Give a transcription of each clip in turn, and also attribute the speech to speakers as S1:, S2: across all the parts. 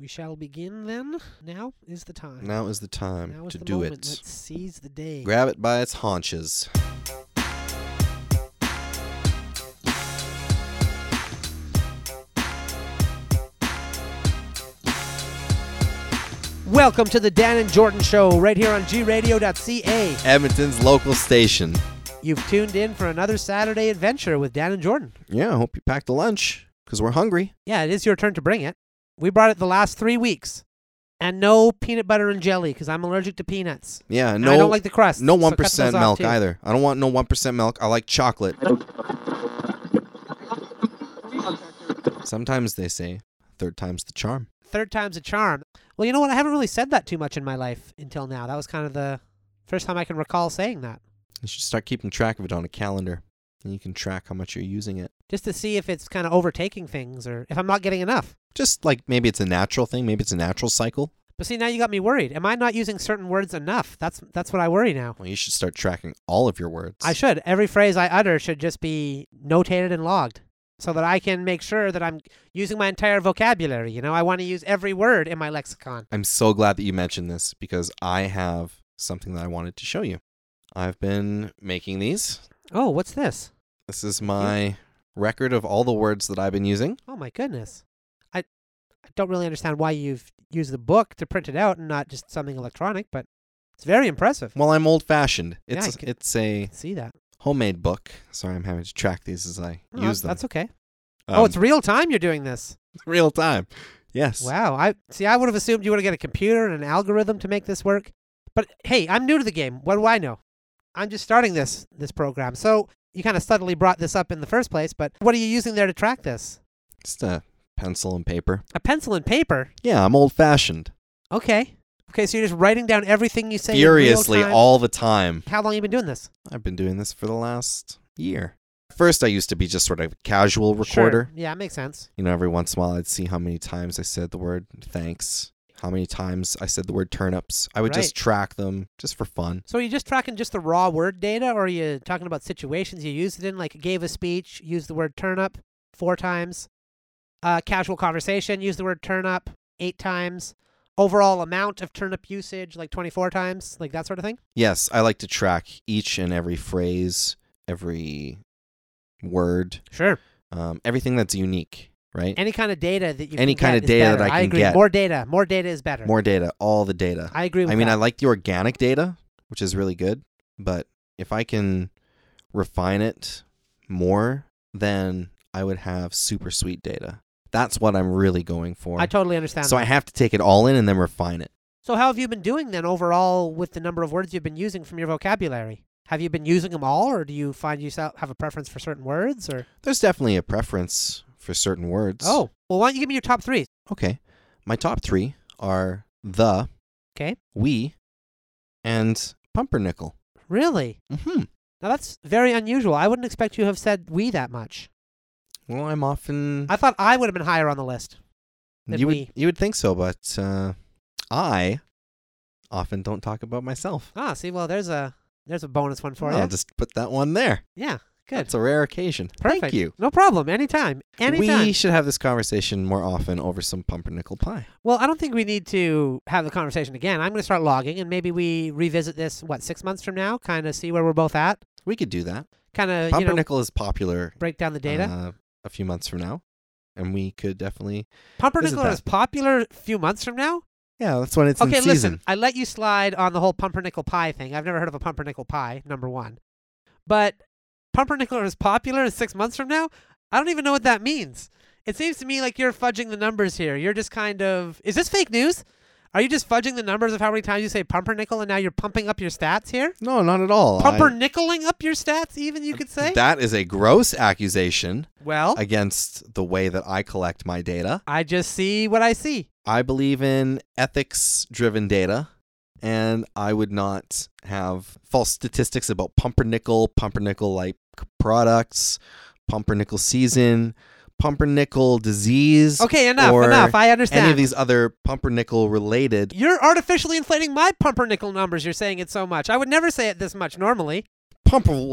S1: We shall begin then. Now is the time.
S2: Now is the time
S1: Now is
S2: to
S1: the
S2: do
S1: moment.
S2: it.
S1: Let's seize the day.
S2: Grab it by its haunches.
S1: Welcome to the Dan and Jordan Show right here on gradio.ca.
S2: Edmonton's local station.
S1: You've tuned in for another Saturday adventure with Dan and Jordan.
S2: Yeah, I hope you packed a lunch because we're hungry.
S1: Yeah, it is your turn to bring it. We brought it the last three weeks. And no peanut butter and jelly because I'm allergic to peanuts.
S2: Yeah,
S1: And
S2: no,
S1: I don't like the crust.
S2: no
S1: so cut
S2: one percent
S1: those off,
S2: milk
S1: too.
S2: either. I don't want no one percent milk. I like chocolate. Sometimes they say third time's the charm.
S1: Third time's a charm. Well, you know what? I haven't really said that too much in my life until now. That was kind of the first time I can recall saying that.
S2: You should start keeping track of it on a calendar, and you can track how much you're using it.
S1: Just to see if it's kind of overtaking things or if I'm not getting enough.
S2: Just like maybe it's a natural thing. Maybe it's a natural cycle.
S1: But see, now you got me worried. Am I not using certain words enough? That's that's what I worry now.
S2: Well, you should start tracking all of your words.
S1: I should. Every phrase I utter should just be notated and logged so that I can make sure that I'm using my entire vocabulary. You know, I want to use every word in my lexicon.
S2: I'm so glad that you mentioned this because I have something that I wanted to show you. I've been making these.
S1: Oh, what's this?
S2: This is my record of all the words that I've been using.
S1: Oh my goodness. I I don't really understand why you've used the book to print it out and not just something electronic, but it's very impressive.
S2: Well, I'm old fashioned.
S1: Yeah, I
S2: It's
S1: could-
S2: it's a
S1: I see that.
S2: homemade book. Sorry, I'm having to track these as I
S1: No,
S2: use them.
S1: That's okay. oh,
S2: Um,
S1: it's real time you're doing this.
S2: real time. Yes.
S1: Wow. I see I would have assumed you would have got a computer and an algorithm to make this work. But hey, I'm new to the game. What do I know? I'm just starting this this program. So you kind of subtly brought this up in the first place, but what are you using there to track this?
S2: Just a pencil and paper.
S1: A pencil and paper?
S2: Yeah, I'm old fashioned.
S1: Okay. Okay, so you're just writing down everything you say. in real
S2: Furiously
S1: time.
S2: all the time.
S1: How long you been doing this?
S2: I've been doing this for the last year. First, I used to be just sort of a casual
S1: Sure.
S2: recorder.
S1: Yeah, it makes sense.
S2: You know, every once in a while, I'd see how many times I said the word thanks, how many times I said the word turnips. I would just
S1: Right.
S2: track them just for fun.
S1: So are you just tracking just the raw word data or are you talking about situations you used it in? Like gave a speech, used the word turn up four times. Uh, casual conversation, used the word turn up eight times. Overall amount of turnip usage, like 24 times, like that sort of thing.
S2: Yes, I like to track each and every phrase, every word,
S1: Sure.
S2: um, everything that's unique, right?
S1: Any kind of data that you
S2: Any
S1: can
S2: kind
S1: get
S2: of
S1: is
S2: data that
S1: better.
S2: I can
S1: agree.
S2: get.
S1: More data. More data is better.
S2: More data, all the data.
S1: I agree with
S2: I mean,
S1: that.
S2: I like the organic data, which is really good, but if I can refine it more, then I would have super sweet data. That's what I'm really going for.
S1: I totally understand.
S2: so
S1: that.
S2: I have to take it all in and then refine it.
S1: So how have you been doing then overall with the number of words you've been using from your vocabulary? Have you been using them all, or do you find yourself have a preference for certain words? Or
S2: There's definitely a preference for certain words.
S1: oh, well, why don't you give me your top three?
S2: Okay. My top three are the,
S1: Okay,
S2: we, and pumpernickel.
S1: really?
S2: Mm-hmm.
S1: Now that's very unusual. I wouldn't expect you to have said we that much.
S2: Well, I'm often
S1: I thought I would have been higher on the list. that
S2: you would
S1: we-
S2: you would think so, but uh, I often don't talk about myself.
S1: Ah, see, well, there's a there's a bonus one for
S2: I'll
S1: you.
S2: just put that one there.
S1: yeah, good.
S2: It's a rare occasion.
S1: Perfect.
S2: Thank you.
S1: No problem. Anytime. Anytime.
S2: We should have this conversation more often over some pumpernickel pie.
S1: Well, I don't think we need to have the conversation again. I'm going to start logging, and maybe we revisit this what six months from now, kind of see where we're both at,
S2: We could do that.
S1: kind of Uh, you know
S2: Pumpernickel is popular
S1: break down the data.
S2: Uh, a few months from now, and we could definitely
S1: Pumpernickel
S2: that?
S1: is popular a few months from now.
S2: Yeah, that's when it's
S1: okay,
S2: in
S1: listen,
S2: season.
S1: I let you slide on the whole pumpernickel pie thing. I've never heard of a pumpernickel pie. Number one, but pumpernickel is popular is six months from now. I don't even know what that means. It seems to me like you're fudging the numbers here. You're just kind of is this fake news? Are you just fudging the numbers of how many times you say pumpernickel and now you're pumping up your stats here?
S2: No, not at all. I-
S1: pumpernickeling up your stats, even you could say. Oh.
S2: that is a gross accusation
S1: well, I,
S2: against the way that I collect my data.
S1: just see what I see.
S2: I believe in ethics driven data, and I would not have false statistics about pumpernickel, pumpernickel like products, pumpernickel season, pumpernickel disease,
S1: Okay, enough,
S2: Or
S1: enough. I understand.
S2: any of these other pumpernickel related.
S1: You're artificially inflating my pumpernickel numbers. You're saying it so much. I would never say it this much normally.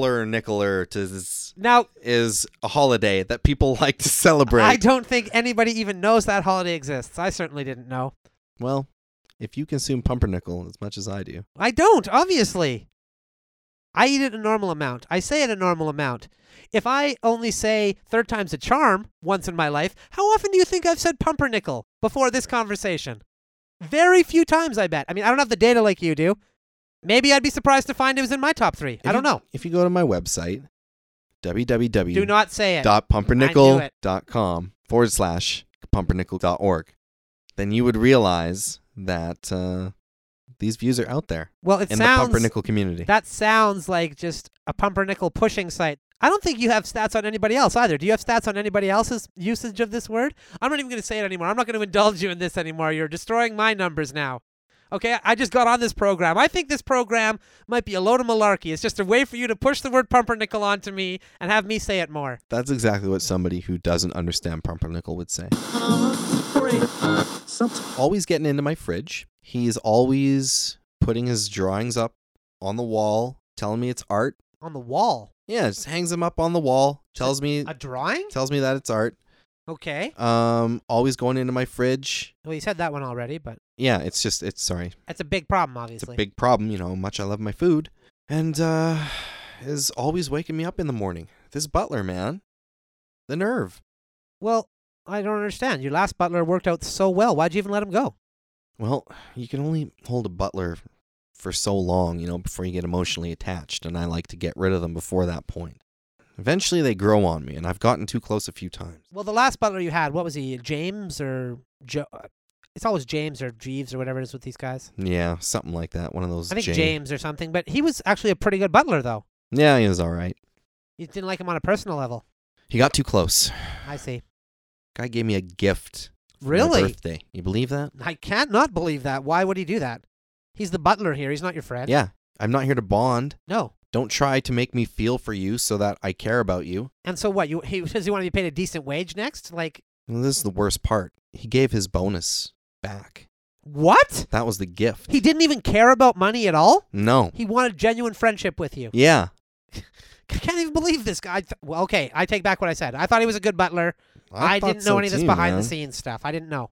S2: Pumpernickeler to this
S1: Now,
S2: is a holiday that people like to celebrate.
S1: I don't think anybody even knows that holiday exists. I certainly didn't know.
S2: well, if you consume pumpernickel as much as I do,
S1: I don't, obviously. I eat it a normal amount. I say it a normal amount. If I only say third time's a charm once in my life, how often do you think I've said pumpernickel before this conversation? Very few times, I bet. I mean, I don't have the data like you do. Maybe I'd be surprised to find it was in my top three.
S2: If
S1: I don't
S2: you-
S1: know.
S2: If you go to my website,
S1: Do not say it. I knew it.
S2: www.pumpernickel.com forward slash pumpernickel.org, then you would realize that uh, these views are out there
S1: Well, it
S2: in the
S1: sounds
S2: pumpernickel community.
S1: that sounds like just a pumpernickel pushing site. I don't think you have stats on anybody else either. Do you have stats on anybody else's usage of this word? I'm not even going to say it anymore. I'm not going to indulge you in this anymore. You're destroying my numbers now. Okay, I just got on this program. I think this program might be a load of malarkey. It's just a way for you to push the word pumpernickel onto me and have me say it more.
S2: That's exactly what somebody who doesn't understand pumpernickel would say. Always getting into my fridge. He's always putting his drawings up on the wall, telling me it's art.
S1: On the wall.
S2: Yeah, just hangs them up on the wall, tells me
S1: A drawing?
S2: tells me that it's art.
S1: Okay.
S2: Um, always going into my fridge.
S1: Well, you said that one already, but
S2: Yeah, it's just it's sorry,
S1: that's a big problem,
S2: it's a
S1: obviously.
S2: big problem. You know how much I love my food, and uh, is always waking me up in the morning. This butler man, the nerve.
S1: well, I don't understand. Your last butler worked out so well. Why'd you even let him go?
S2: Well, you can only hold a butler for so long, you know, before you get emotionally attached, and I like to get rid of them before that point. Eventually, they grow on me, and I've gotten too close a few times.
S1: Well, the last butler you had, what was he? James or Joe? It's always James or Jeeves or whatever it is with these guys.
S2: Yeah, something like that. One of those.
S1: I think
S2: Jane-
S1: James or something, but he was actually a pretty good butler, though.
S2: Yeah, he was all right.
S1: You didn't like him on a personal level.
S2: He got too close.
S1: I see.
S2: Guy gave me a gift. for my
S1: Really?
S2: birthday. You believe that?
S1: I can't not believe that. Why would he do that? He's the butler here. He's not your friend.
S2: Yeah. I'm not here to bond.
S1: No.
S2: Don't try to make me feel for you so that I care about you.
S1: And so what? You he does he want to be paid a decent wage next? Like
S2: And this is the worst part. He gave his bonus back.
S1: what?
S2: That was the gift.
S1: He didn't even care about money at all.
S2: No.
S1: He wanted genuine friendship with you.
S2: Yeah.
S1: I can't even believe this guy. I th- well, okay, I take back what I said. I thought he was a good butler. I,
S2: thought
S1: didn't know
S2: so
S1: any of this
S2: too,
S1: behind
S2: man.
S1: the scenes stuff. I didn't know.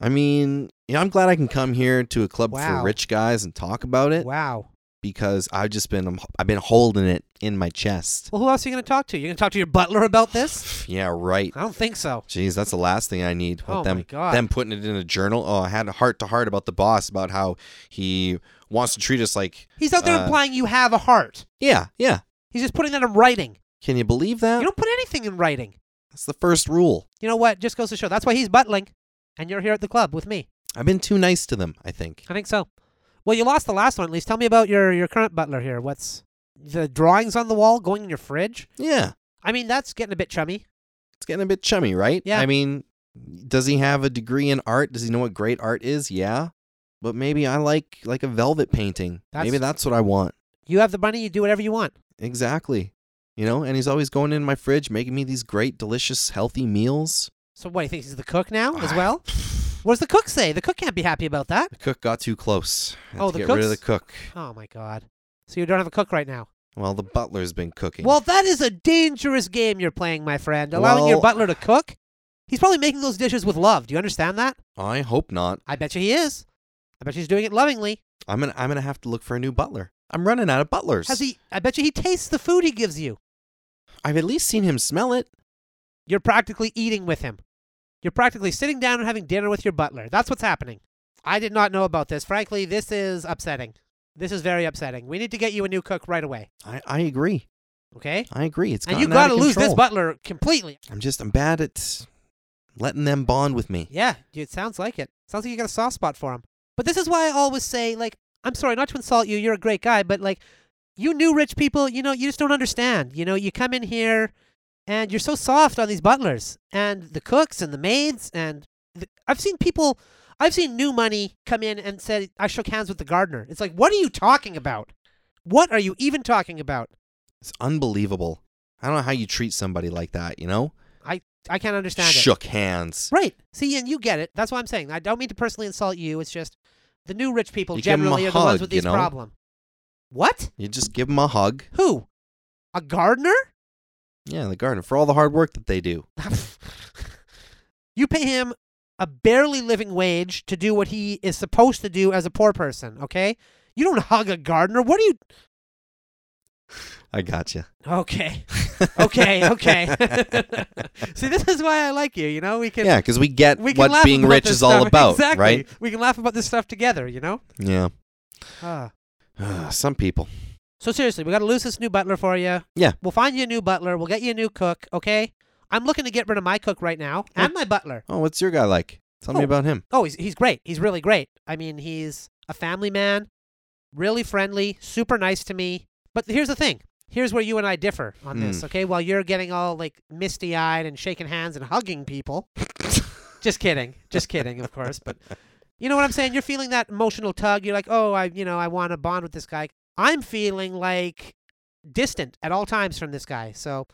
S2: I mean, you know, I'm glad I can come here to a club
S1: Wow.
S2: for rich guys and talk about it
S1: Wow.
S2: because I've just been I'm- I've been holding it in my chest.
S1: Well, who else are you going to talk to? You're going to talk to your butler about this?
S2: Yeah, right.
S1: I don't think so.
S2: Jeez, that's the last thing I need. with
S1: Oh my
S2: them,
S1: God.
S2: them putting it in a journal. Oh, I had a heart to heart about the boss about how he wants to treat us like
S1: He's out there
S2: Uh,
S1: implying you have a heart.
S2: yeah, yeah.
S1: He's just putting that in writing.
S2: Can you believe that?
S1: You don't put anything in writing.
S2: that's the first rule.
S1: You know what? Just goes to show. That's why he's butling, and you're here at the club with me.
S2: I've been too nice to them. I think.
S1: I think so. Well, you lost the last one. At least tell me about your your current butler here. What's the drawings on the wall going in your fridge?
S2: Yeah,
S1: I mean, that's getting a bit chummy.
S2: it's getting a bit chummy, right?
S1: Yeah.
S2: I mean, does he have a degree in art? Does he know what great art is? Yeah. But maybe I like like a velvet painting.
S1: That's-
S2: maybe that's what I want.
S1: You have the money. You do whatever you want.
S2: Exactly. You know, and he's always going in my fridge making me these great, delicious, healthy meals.
S1: So what? He thinks he's the cook now as well. What does the cook say? The cook can't be happy about that.
S2: The cook got too close. I had
S1: Oh,
S2: to
S1: the
S2: get rid of the
S1: cook's-
S2: cook.
S1: Oh my god. So you don't have a cook right now.
S2: Well, the butler's been cooking.
S1: Well, that is a dangerous game you're playing, my friend. Allowing your
S2: Well-
S1: butler to cook? He's probably making those dishes with love. Do you understand that?
S2: I hope not.
S1: I bet you he is. I bet you he's doing it lovingly.
S2: I'm gonna I'm gonna have to look for a new butler. I'm running out of butlers.
S1: Has he I bet you he tastes the food he gives you.
S2: I've at least seen him smell it.
S1: You're practically eating with him. You're practically sitting down and having dinner with your butler. That's what's happening. I did not know about this. Frankly, this is upsetting. This is very upsetting. We need to get you a new cook right away,
S2: I, I agree.
S1: okay?
S2: I agree. It's
S1: and you
S2: got to
S1: lose this butler completely.
S2: I'm just I'm bad at letting them bond with me.
S1: Yeah, it sounds like it. Sounds like you got a soft spot for him. But this is why I always say, like, I'm sorry, not to insult you. You're a great guy, but like, you new rich people, you know, you just don't understand. You know, you come in here, and you're so soft on these butlers and the cooks and the maids. And the, I've seen people, I've seen new money come in and said, I shook hands with the gardener. It's like, what are you talking about? What are you even talking about?
S2: It's unbelievable. I don't know how you treat somebody like that, you know?
S1: I can't understand it.
S2: Shook hands.
S1: Right. See, and you get it. That's what I'm saying. I don't mean to personally insult you. It's just the new rich people
S2: You give 'em a
S1: generally are the ones
S2: hug,
S1: with
S2: you
S1: these
S2: know?
S1: problem. What?
S2: You just give them a hug.
S1: Who? A gardener?
S2: Yeah, the gardener for all the hard work that they do.
S1: you pay him a barely living wage to do what he is supposed to do as a poor person, okay? You don't hug a gardener. What do you.
S2: I gotcha.
S1: Okay. Okay. Okay. See, this is why I like you. You know, we can.
S2: yeah, because we get
S1: We can
S2: what
S1: laugh
S2: being
S1: about
S2: rich
S1: this
S2: is all
S1: stuff.
S2: about,
S1: exactly.
S2: right?
S1: We can laugh about this stuff together, you know?
S2: Yeah.
S1: Ah.
S2: Some people.
S1: So seriously, we got to lose this new butler for you.
S2: Yeah.
S1: We'll find you a new butler. We'll get you a new cook. Okay. I'm looking to get rid of my cook right now and my butler.
S2: Oh, what's your guy like? Tell me
S1: Oh.
S2: about him.
S1: Oh, he's he's great. He's really great. I mean, he's a family man, really friendly, super nice to me. But here's the thing. Here's where you and I differ on this.
S2: Hmm.
S1: Okay. While you're getting all like misty eyed and shaking hands and hugging people. Just kidding. Just kidding, of course. But you know what I'm saying? You're feeling that emotional tug. You're like, oh, I, you know, I want to bond with this guy. I'm feeling like distant at all times from this guy. So,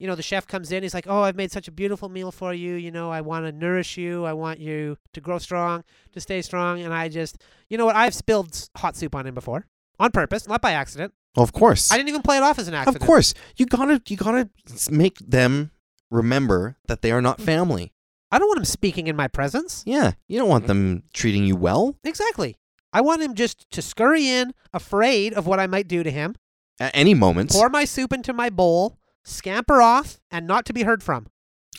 S1: you know, the chef comes in. He's like, oh, I've made such a beautiful meal for you. You know, I want to nourish you. I want you to grow strong, to stay strong. And I just, you know what? I've spilled s- hot soup on him before on purpose, not by accident.
S2: of course.
S1: I didn't even play it off as an
S2: Of
S1: accident.
S2: course. You gotta you gotta s- make them remember that they are not
S1: Mm.
S2: family.
S1: I don't want him speaking in my presence.
S2: Yeah. You don't
S1: Mm.
S2: want them treating you well.
S1: Exactly. I want him just to scurry in, afraid of what I might do to him,
S2: At any moment.
S1: pour my soup into my bowl, scamper off, and not to be heard from.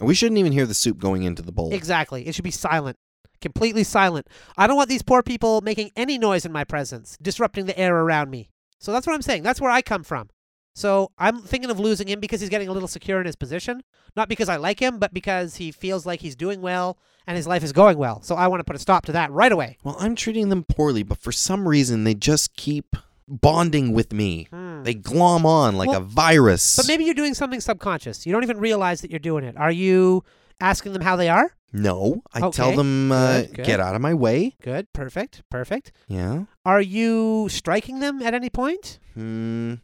S2: we shouldn't even hear the soup going into the bowl.
S1: Exactly. It should be silent. Completely silent. I don't want these poor people making any noise in my presence, disrupting the air around me. So that's what I'm saying. That's where I come from. So I'm thinking of losing him because he's getting a little secure in his position. Not because I like him, but because he feels like he's doing well and his life is going well. So I want to put a stop to that right away.
S2: well, I'm treating them poorly, but for some reason they just keep bonding with me.
S1: Hmm.
S2: They glom on like
S1: Well,
S2: a virus.
S1: But maybe you're doing something subconscious. You don't even realize that you're doing it. Are you asking them how they are?
S2: no, I tell
S1: Okay.
S2: them uh,
S1: Good, good.
S2: get out of my way.
S1: Good, perfect, perfect.
S2: Yeah.
S1: Are you striking them at any point?
S2: Hmm.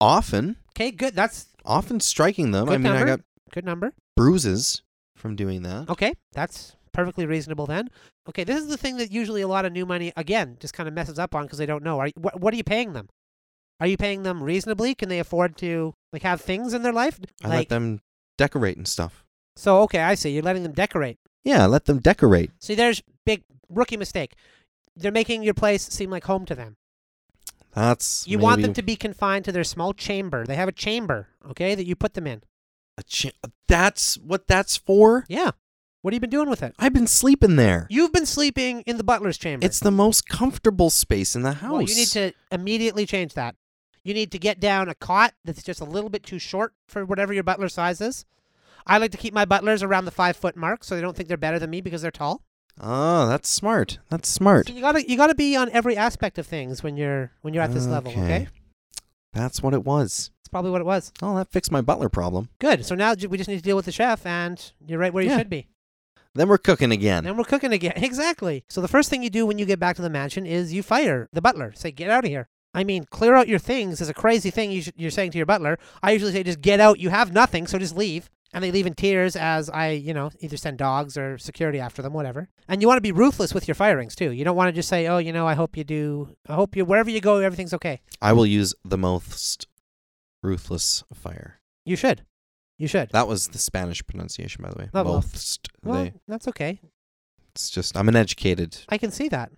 S2: Often,
S1: Okay, good. That's
S2: often striking them. I
S1: Good
S2: mean, I
S1: number.
S2: got
S1: good number.
S2: bruises from doing that.
S1: Okay, that's perfectly reasonable then. Okay, this is the thing that usually a lot of new money again just kind of messes up on because they don't know. Are what what are you paying them? Are you paying them reasonably? Can they afford to like have things in their life?
S2: I let them decorate and stuff.
S1: So okay, I see. You're letting them decorate.
S2: Yeah, I let them decorate.
S1: See, there's big rookie mistake. They're making your place seem like home to them.
S2: That's
S1: You want them
S2: maybe
S1: to be confined to their small chamber. They have a chamber, okay, that you put them in.
S2: a cha- that's what that's for.
S1: Yeah. What have you been doing with it?
S2: I've been sleeping there.
S1: You've been sleeping in the butler's chamber.
S2: It's the most comfortable space in the house.
S1: Well, you need to immediately change that. You need to get down a cot that's just a little bit too short for whatever your butler size is. I like to keep my butlers around the five foot mark so they don't think they're better than me because they're tall.
S2: Oh, that's smart. That's smart.
S1: So you gotta you gotta be on every aspect of things when you're when you're at this level, okay?
S2: That's what it was.
S1: That's probably what it was.
S2: Oh, that fixed my butler problem.
S1: Good. So now ju- we just need to deal with the chef and you're right where you
S2: Yeah.
S1: should be.
S2: Then we're cooking again.
S1: And then we're cooking again. Exactly. So the first thing you do when you get back to the mansion is you fire the butler. Say, get out of here. I mean, clear out your things is a crazy thing you should, you're saying to your butler. I usually say, just get out. You have nothing, so just leave. And they leave in tears as I, you know, either send dogs or security after them, whatever. And you want to be ruthless with your firings too. You don't want to just say, oh, you know, I hope you do. I hope you, wherever you go, everything's okay.
S2: I will use the most ruthless fire.
S1: You should. You should.
S2: That was the Spanish pronunciation, by the way.
S1: Oh, well.
S2: Most.
S1: well,
S2: They-
S1: that's okay.
S2: It's just I'm an educated
S1: I can see that.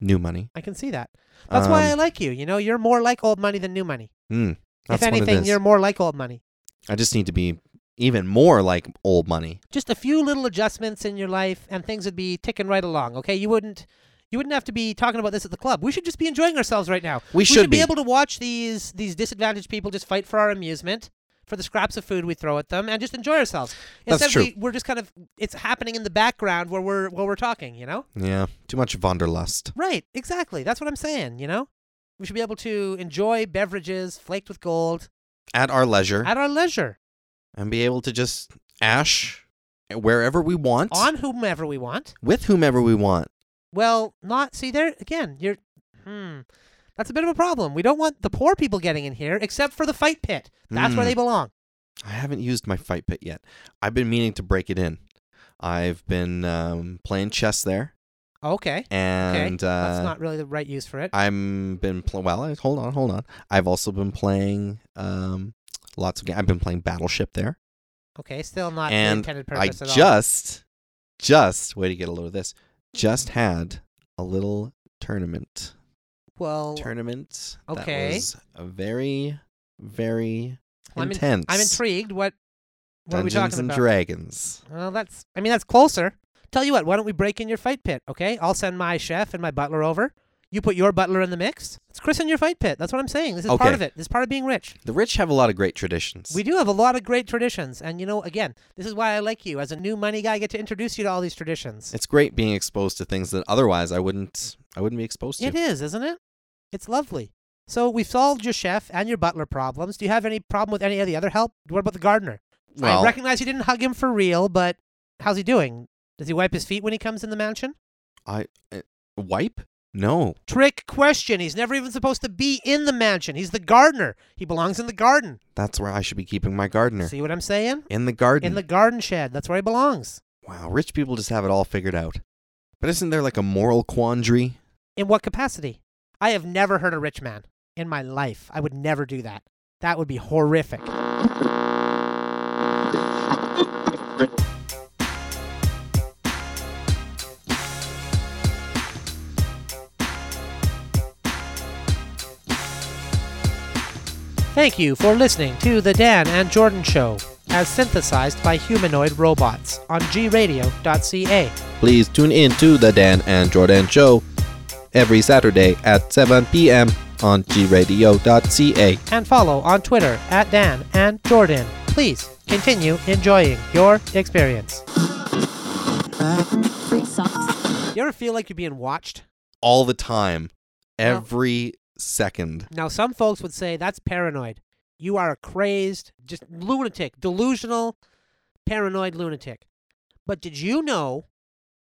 S2: new money.
S1: I can see that. That's why I
S2: Um,
S1: like you. You know, you're more like old money than new money.
S2: mm, that's
S1: if
S2: what it
S1: anything,
S2: is.
S1: you're more like old money.
S2: I just need to be even more like old money.
S1: just a few little adjustments in your life and things would be ticking right along okay you wouldn't you wouldn't have to be talking about this at the club we should just be enjoying ourselves right now
S2: We
S1: we should
S2: should
S1: be.
S2: be.
S1: able to watch these these disadvantaged people just fight for our amusement for the scraps of food we throw at them and just enjoy ourselves
S2: That's
S1: instead
S2: true.
S1: We, we're just kind of it's happening in the background where we're while we're talking you know
S2: Yeah, too much Vonderlust.
S1: right exactly that's what i'm saying you know we should be able to enjoy beverages flaked with gold
S2: At our leisure,
S1: at our leisure
S2: and be able to just ash wherever we want,
S1: on whomever we want
S2: with whomever we want.
S1: Well, not see there again. You're hmm. That's a bit of a problem. We don't want the poor people getting in here, except for the fight pit. That's where
S2: Mm.
S1: they belong.
S2: I haven't used my fight pit yet. I've been meaning to break it in. I've been um, playing chess there,
S1: Okay.
S2: and
S1: okay.
S2: uh,
S1: That's not really the right use for it.
S2: I'm been pl- well. I- Hold on, hold on. I've also been playing um, lots of games. I've been playing Battleship there.
S1: Okay, still not the
S2: And
S1: intended
S2: I
S1: purpose at all.
S2: just, just, way to get a load of this, just had a little tournament.
S1: Well,
S2: Tournament. That
S1: Oh, Okay.
S2: was a very, very
S1: I'm in-
S2: intense.
S1: I'm intrigued. What what
S2: Dungeons
S1: are we talking
S2: and
S1: about?
S2: Dragons.
S1: Well, that's. I mean, that's closer. Tell you what. Why don't we break in your fight pit? Okay, I'll send my chef and my butler over. You put your butler in the mix. Let's christen your fight pit. That's what I'm saying. This is part
S2: Okay.
S1: of it. This is part of being rich.
S2: The rich have a lot of great traditions.
S1: We do have a lot of great traditions, and you know, again, this is why I like you as a new money guy. I get to introduce you to all these traditions.
S2: it's great being exposed to things that otherwise I wouldn't. I wouldn't be exposed to.
S1: It is, isn't it? It's lovely. So we've solved your chef and your butler problems. Do you have any problem with any of the other help? What about the gardener?
S2: Well,
S1: I recognize you didn't hug him for real, but how's he doing? Does he wipe his feet when he comes in the mansion?
S2: uh, wipe? No.
S1: Trick question. He's never even supposed to be in the mansion. He's the gardener. He belongs in the garden.
S2: That's where I should be keeping my gardener.
S1: See what I'm saying?
S2: In the garden.
S1: In the garden shed. That's where he belongs.
S2: wow, rich people just have it all figured out. But isn't there like a moral quandary?
S1: In what capacity? I have never hurt a rich man in my life. I would never do that. That would be horrific. Thank you for listening to The Dan and Jordan Show, as synthesized by humanoid robots on gradio.ca.
S2: Please tune in to the Dan and Jordan show every Saturday at 7 p.m. on gradio.ca.
S1: and follow on Twitter at Dan and Jordan. Please continue enjoying your experience.
S3: free socks.
S1: You ever feel like you're being watched?
S2: All the time, every second.
S1: Now, some folks would say that's paranoid. You are a crazed, just lunatic, delusional, paranoid lunatic. But did you know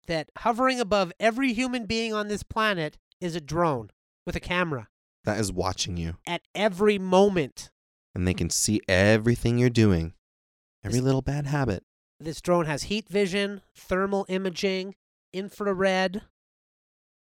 S1: that hovering above every human being on this planet is a drone with a camera
S2: That is watching you,
S1: at every moment?
S2: and they can see everything you're doing, every
S1: Is-
S2: little bad habit.
S1: This drone has heat vision, thermal imaging, infrared.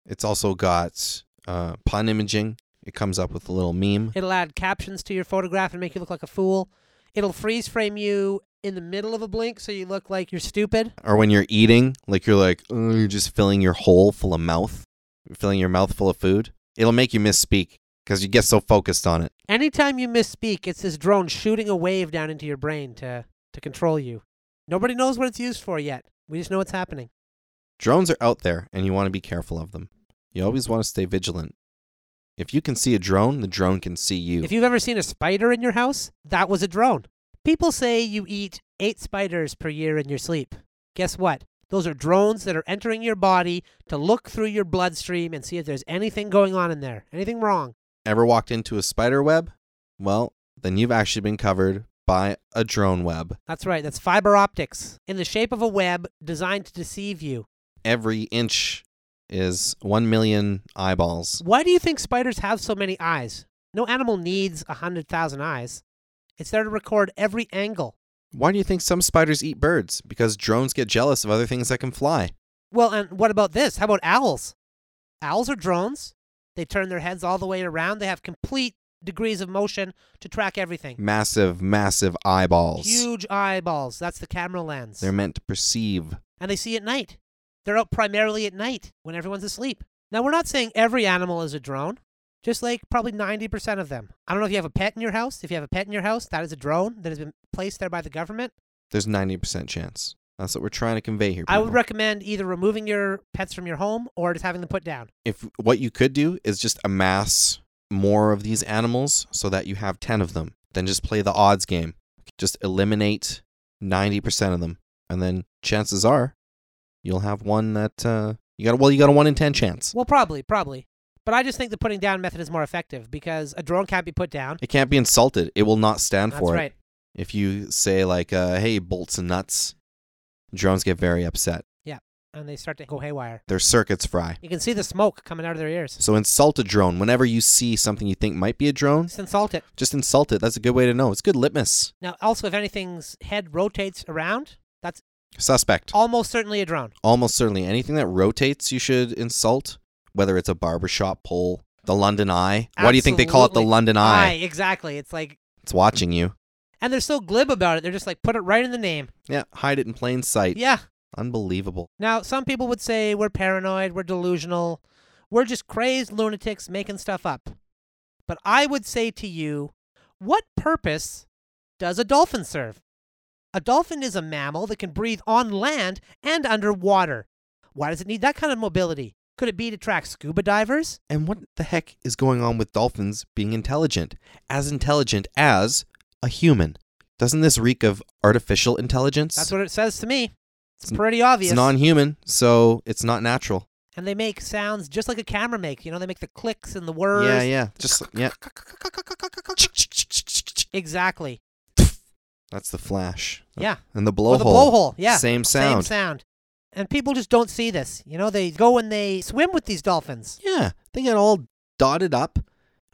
S2: It's also got uh, pun imaging. It comes up with a little meme.
S1: It'll add captions to your photograph and make you look like a fool. It'll freeze frame you in the middle of a blink so you look like you're stupid.
S2: Or when you're eating, like you're like, "Ugh," you're just filling your hole full of mouth, filling your mouth full of food. It'll make you misspeak because you get so focused on it.
S1: Anytime you misspeak, it's this drone shooting a wave down into your brain to, to control you. Nobody knows what it's used for yet. We just know it's happening.
S2: Drones are out there and you want to be careful of them. You always want to stay vigilant. If you can see a drone, the drone can see you.
S1: If you've ever seen a spider in your house, that was a drone. People say you eat eight spiders per year in your sleep. Guess what? Those are drones that are entering your body to look through your bloodstream and see if there's anything going on in there, anything wrong.
S2: Ever walked into a spider web? Well, then you've actually been covered by a drone web.
S1: That's right. That's fiber optics in the shape of a web designed to deceive you.
S2: Every inch is 1 million eyeballs.
S1: Why do you think spiders have so many eyes? No animal needs a 100,000 eyes. It's there to record every angle.
S2: Why do you think some spiders eat birds? Because drones get jealous of other things that can fly.
S1: Well, and what about this? How about owls? Owls are drones. They turn their heads all the way around. They have complete degrees of motion to track everything.
S2: Massive, massive eyeballs.
S1: Huge eyeballs. That's the camera lens.
S2: They're meant to perceive.
S1: and they see at night. They're out primarily at night when everyone's asleep. Now, we're not saying every animal is a drone, just like probably 90% of them. I don't know if you have a pet in your house. If you have a pet in your house, that is a drone that has been placed there by the government.
S2: There's 90% chance. That's what we're trying to convey here.
S1: I would
S2: people.
S1: recommend either removing your pets from your home or just having them put down.
S2: if what you could do is just amass more of these animals so that you have 10 of them then just play the odds game just eliminate 90% of them and then chances are you'll have one that uh, you got a, well you got a 1 in 10 chance
S1: Well, probably, probably. But I just think the putting down method is more effective because a drone can't be put down.
S2: it can't be insulted it will not stand
S1: That's
S2: for
S1: right.
S2: it if you say like uh, hey bolts and nuts drones get very upset
S1: And they start to go haywire.
S2: their circuits fry
S1: You can see the smoke coming out of their ears.
S2: so insult a drone whenever you see something you think might be a drone
S1: Just insult it.
S2: just insult it that's a good way to know it's good litmus
S1: Now, also, if anything's head rotates around, that's
S2: suspect
S1: almost certainly a drone.
S2: almost certainly anything that rotates you should insult whether it's a barbershop pole the london eye why do you think they call it the
S1: Absolutely.
S2: london
S1: Aye,
S2: eye
S1: exactly. It's like
S2: it's watching you
S1: And they're so glib about it. They're just like, put it right in the name.
S2: Yeah, hide it in plain sight.
S1: Yeah.
S2: Unbelievable.
S1: Now, some people would say we're paranoid, we're delusional, we're just crazed lunatics making stuff up. But I would say to you, what purpose does a dolphin serve? A dolphin is a mammal that can breathe on land and underwater. Why does it need that kind of mobility? Could it be to track scuba divers?
S2: And what the heck is going on with dolphins being intelligent? As intelligent as a human. Doesn't this reek of artificial intelligence?
S1: That's what it says to me. It's
S2: It's-
S1: pretty obvious.
S2: It's non human, so it's not natural.
S1: and they make sounds just like a camera make. You know, they make the clicks and the whirs.
S2: Yeah, yeah. Just, yeah.
S1: Exactly.
S2: That's the flash.
S1: Yeah.
S2: And the blowhole.
S1: Or the blowhole. Yeah.
S2: Same sound.
S1: Same sound. And people just don't see this. You know, they go and they swim with these dolphins.
S2: Yeah. They get all dotted up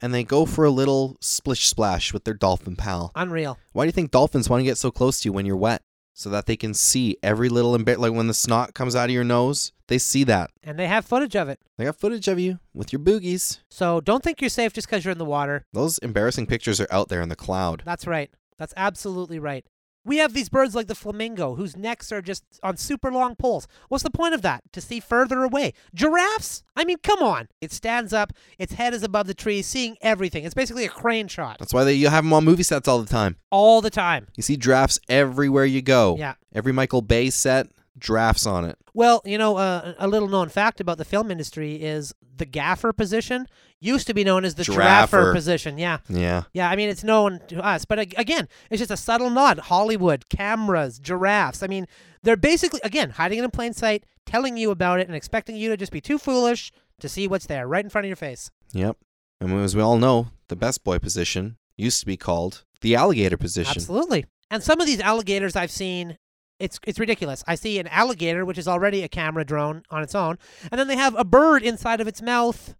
S2: and they go for a little splish splash with their dolphin pal.
S1: Unreal.
S2: Why do you think dolphins want to get so close to you when you're wet? So that they can see every little bit. Like when the snot comes out of your nose, they see that.
S1: And they have footage of it.
S2: They got footage of you with your boogies.
S1: So don't think you're safe just because you're in the water.
S2: Those embarrassing pictures are out there in the cloud.
S1: That's right. That's absolutely right. We have these birds like the flamingo whose necks are just on super long poles. What's the point of that? To see further away. Giraffes? I mean, come on. It stands up, its head is above the trees, seeing everything. It's basically a crane shot
S2: That's why they, you have them on movie sets all the time.
S1: all the time.
S2: You see drafts everywhere you go.
S1: Yeah.
S2: Every Michael Bay set, drafts on it.
S1: Well, you know, uh, a little known fact about the film industry is the gaffer position used to be known as the giraffer
S2: Giraffer.
S1: position. Yeah.
S2: Yeah.
S1: Yeah, I mean, it's known to us, but ag- again, it's just a subtle nod. Hollywood, cameras, giraffes. I mean, they're basically, again, hiding it in plain sight, telling you about it, and expecting you to just be too foolish to see what's there right in front of your face.
S2: Yep. And as we all know, the best boy position used to be called the alligator position.
S1: Absolutely. And some of these alligators I've seen, it's it's ridiculous. I see an alligator, which is already a camera drone on its own, and then they have a bird inside of its mouth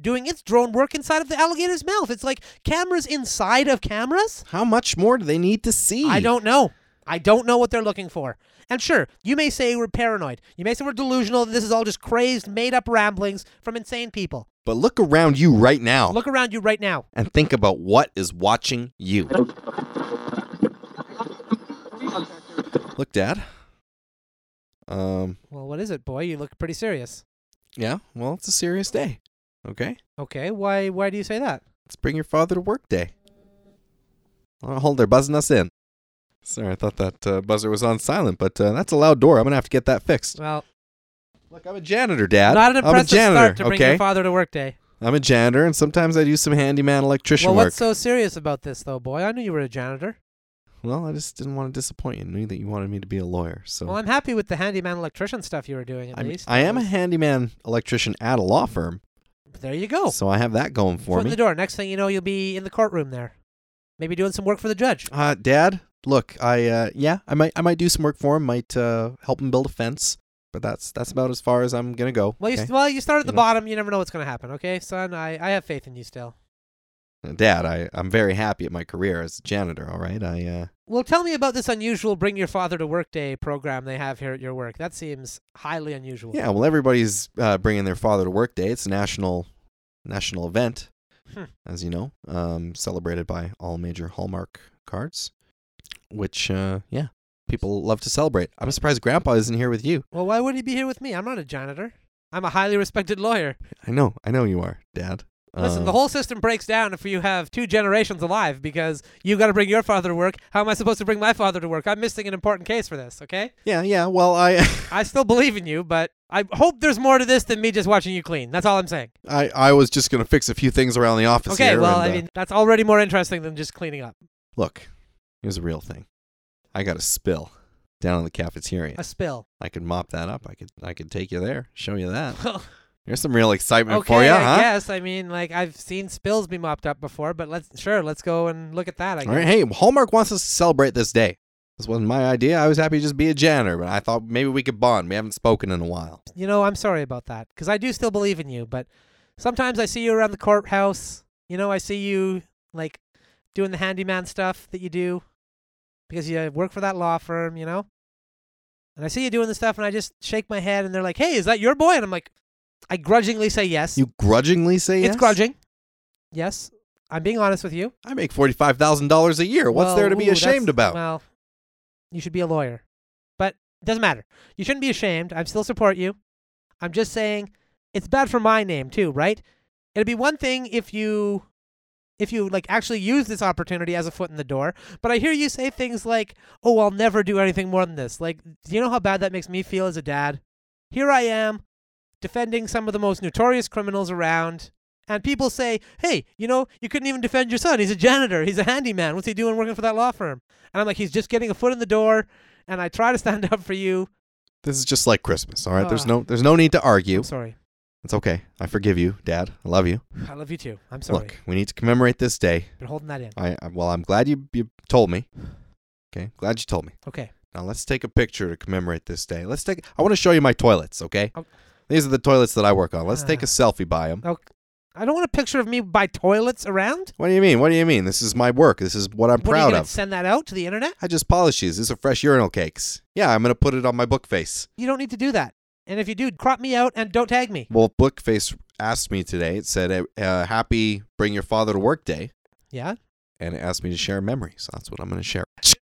S1: doing its drone work inside of the alligator's mouth. It's like cameras inside of cameras?
S2: How much more do they need to see?
S1: I don't know. I don't know what they're looking for. And sure, you may say we're paranoid. You may say we're delusional. This is all just crazed, made up ramblings from insane people.
S2: But look around you right now
S1: Look around you right now.
S2: and think about what is watching you. Look, Dad. Um,
S1: Well, what is it, boy? You look pretty serious.
S2: yeah, well, it's a serious day. Okay?
S1: Okay, why why do you say that?
S2: Let's bring your father to work day. Oh, hold, they're buzzing us in. Sorry, I thought that uh, buzzer was on silent, but uh, that's a loud door. I'm going to have to get that fixed.
S1: Well,
S2: Look, I'm a janitor, Dad.
S1: Not an
S2: I'm a
S1: impressive
S2: janitor,
S1: start to bring
S2: okay?
S1: your father to work day.
S2: I'm a janitor, and sometimes I do some handyman electrician
S1: well,
S2: work.
S1: what's so serious about this, though, boy? I knew you were a janitor.
S2: Well, I just didn't want to disappoint you. I knew that you wanted me to be a lawyer, so
S1: Well, I'm happy with the handyman electrician stuff you were doing, at
S2: I'm-
S1: least.
S2: I am a
S1: because-
S2: handyman electrician at a law firm,
S1: There you go.
S2: so I have that going for
S1: Foot in
S2: me.
S1: Oh. the door. Next thing you know, you'll be in the courtroom there. Maybe doing some work for the judge.
S2: Uh, Dad, look, I uh, yeah, I might I might do some work for him. Might uh, help him build a fence, but that's that's about as far as I'm gonna go.
S1: Well, you,
S2: okay?
S1: s well, you start at the
S2: You know.
S1: bottom. You never know what's going to happen. Okay, son, I, I have faith in you still.
S2: Dad, I I'm very happy at my career as a janitor. All right, I uh,
S1: Well, tell me about this unusual Bring Your Father to Work Day program they have here at your work. That seems highly unusual.
S2: yeah. Well, everybody's uh, bringing their father to work day. It's a national national event,
S1: Hmm.
S2: as you know, um, celebrated by all major Hallmark cards, which uh, yeah, people love to celebrate. I'm surprised Grandpa isn't here with you.
S1: Well, why would he be here with me? I'm not a janitor. I'm a highly respected lawyer.
S2: I know, I know you are, Dad.
S1: Listen, the
S2: Um,
S1: whole system breaks down if you have two generations alive because you got to bring your father to work. How am I supposed to bring my father to work? I'm missing an important case for this, okay?
S2: yeah, yeah. Well, I.
S1: I still believe in you, but I hope there's more to this than me just watching you clean. That's all I'm saying.
S2: I, I was just gonna fix a few things around the office
S1: Okay,
S2: here.
S1: well,
S2: and,
S1: I
S2: uh,
S1: mean, that's already more interesting than just cleaning up.
S2: look, here's a real thing. I got a spill down in the cafeteria.
S1: A spill.
S2: I could mop that up. I could I could take you there, show you that.
S1: Well,
S2: Here's some real excitement
S1: okay,
S2: for you,
S1: I
S2: huh?
S1: guess. I mean, like I've seen spills be mopped up before, but let's sure let's go and look at that. I guess.
S2: All right, hey, Hallmark wants us to celebrate this day. This wasn't my idea. I was happy to just be a janitor, but I thought maybe we could bond. We haven't spoken in a while.
S1: You know, I'm sorry about that because I do still believe in you, but sometimes I see you around the courthouse. You know, I see you like doing the handyman stuff that you do because you work for that law firm. You know, and I see you doing the stuff, and I just shake my head, and they're like, "Hey, is that your boy?" And I'm like, I grudgingly say yes.
S2: You grudgingly say yes.
S1: It's grudging. Yes. I'm being honest with you.
S2: I make $45,000 a year. What's
S1: Well,
S2: there to be
S1: ooh, that's-
S2: ashamed about?
S1: Well, you should be a lawyer, but it doesn't matter. You shouldn't be ashamed. I still support you. I'm just saying it's bad for my name too, right? It'd be one thing if you if you like actually use this opportunity as a foot in the door, but I hear you say things like, "Oh, I'll never do anything more than this." Like, do you know how bad that makes me feel as a dad? Here I am defending some of the most notorious criminals around. And people say, hey, you know, you couldn't even defend your son. He's a janitor. He's a handyman. What's he doing working for that law firm? And I'm like, he's just getting a foot in the door. And I try to stand up for you.
S2: This is just like Christmas, all right? there's
S1: Ah.
S2: no there's no need to argue.
S1: I'm sorry.
S2: It's okay. I forgive you, Dad. I love you.
S1: I love you too. I'm sorry.
S2: Look, Uh, we need to commemorate this day.
S1: Been holding that in.
S2: I I- well, I'm glad you you told me. Okay, glad you told me.
S1: Okay.
S2: Now let's take a picture to commemorate this day. Let's take. I want to show you my toilets. Okay,
S1: Oh.
S2: these are the toilets that I work on. Let's take
S1: Ah.
S2: a selfie by them.
S1: I don't want a picture of me by toilets around.
S2: What do you mean? What do you mean? This is my work. This is
S1: what
S2: what I'm
S1: are you
S2: proud
S1: gonna
S2: of.
S1: Send that out to the internet?
S2: I just polish these. These are fresh urinal cakes. Yeah, I'm gonna put it on my book face.
S1: You don't need to do that. And if you do, crop me out and don't tag me.
S2: Well, Bookface asked me today. It said, uh, uh, "Happy Bring Your Father to Work Day,"
S1: Yeah?
S2: and it asked me to share memories. That's what I'm gonna share.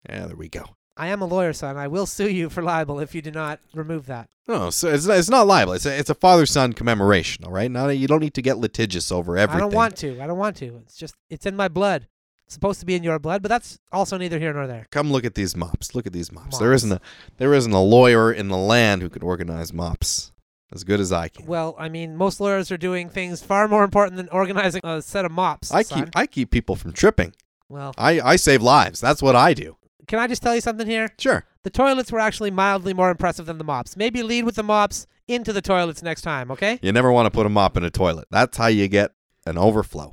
S2: Yeah, there we go.
S1: I am a lawyer, son. I will sue you for libel if you do not remove that.
S2: No, so it's not, it's not libel. It's a, it's a father son commemoration. All right, not you don't need to get litigious over everything.
S1: I don't want to. I don't want to. It's just, it's in my blood. It's supposed to be in your blood, but that's also neither here nor there.
S2: Come look at these mops. Look at these mops. There
S1: Mops.
S2: isn't a there isn't a lawyer in the land who could organize mops as good as I can.
S1: Well, I mean, most lawyers are doing things far more important than organizing a set of mops.
S2: I
S1: son.
S2: keep I keep people from tripping.
S1: Well,
S2: I I save lives. That's what I do.
S1: can I just tell you something here?
S2: Sure.
S1: The toilets were actually mildly more impressive than the mops. Maybe lead with the mops into the toilets next time, okay?
S2: You never want to put a mop in a toilet. That's how you get an overflow.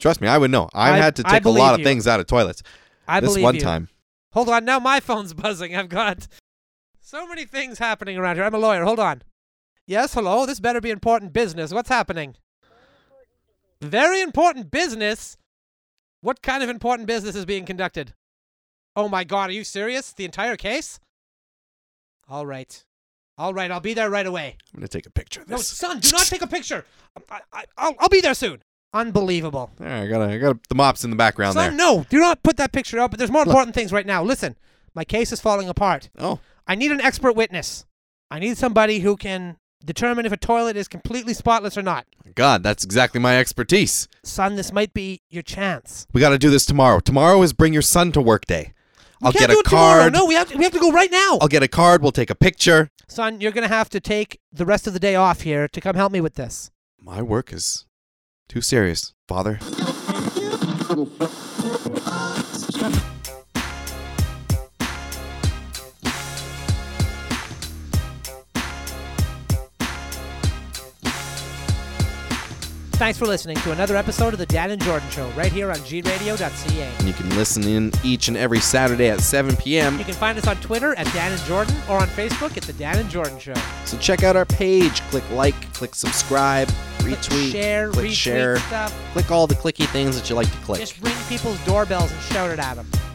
S2: Trust me, I would know. I've
S1: I-
S2: had to
S1: I
S2: take a lot
S1: believe
S2: of
S1: you.
S2: things out of toilets.
S1: I
S2: this
S1: believe
S2: one
S1: you.
S2: time.
S1: Hold on, now my phone's buzzing. I've got so many things happening around here. I'm a lawyer. Hold on. Yes, hello. This better be important business. What's happening? Very important business. What kind of important business is being conducted? Oh my god, are you serious? The entire case? All right. All right, I'll be there right away.
S2: I'm gonna take a picture of
S1: No,
S2: this.
S1: son, do not take a picture. Um, I, I, I'll, I'll be there soon. Unbelievable.
S2: There, I gotta I gotta the mops in the background
S1: son,
S2: there.
S1: no, do not put that picture up. But there's more
S2: Look.
S1: important things right now. Listen, my case is falling apart.
S2: Oh.
S1: I need an expert witness. I need somebody who can determine if a toilet is completely spotless or not.
S2: God, that's exactly my expertise.
S1: Son, this might be your chance.
S2: We got to do this tomorrow. Tomorrow is bring your son to work day.
S1: We
S2: I'll
S1: can't
S2: get a
S1: do it
S2: card.
S1: Tomorrow. No, we have to, we have to go right now.
S2: I'll get a card. We'll take a picture.
S1: Son, you're going to have to take the rest of the day off here to come help me with this.
S2: My work is too serious, father.
S1: Thanks for listening to another episode of the Dan and Jordan Show right here on gradio.ca.
S2: And you can listen in each and every Saturday at 7 p.m.
S1: You can find us on Twitter at Dan and Jordan or on Facebook at the Dan and Jordan Show.
S2: So check out our page. Click like, click subscribe, retweet,
S1: share,
S2: click
S1: retweet
S2: share,
S1: stuff.
S2: click all the clicky things that you like to click.
S1: Just ring people's doorbells and shout it at them.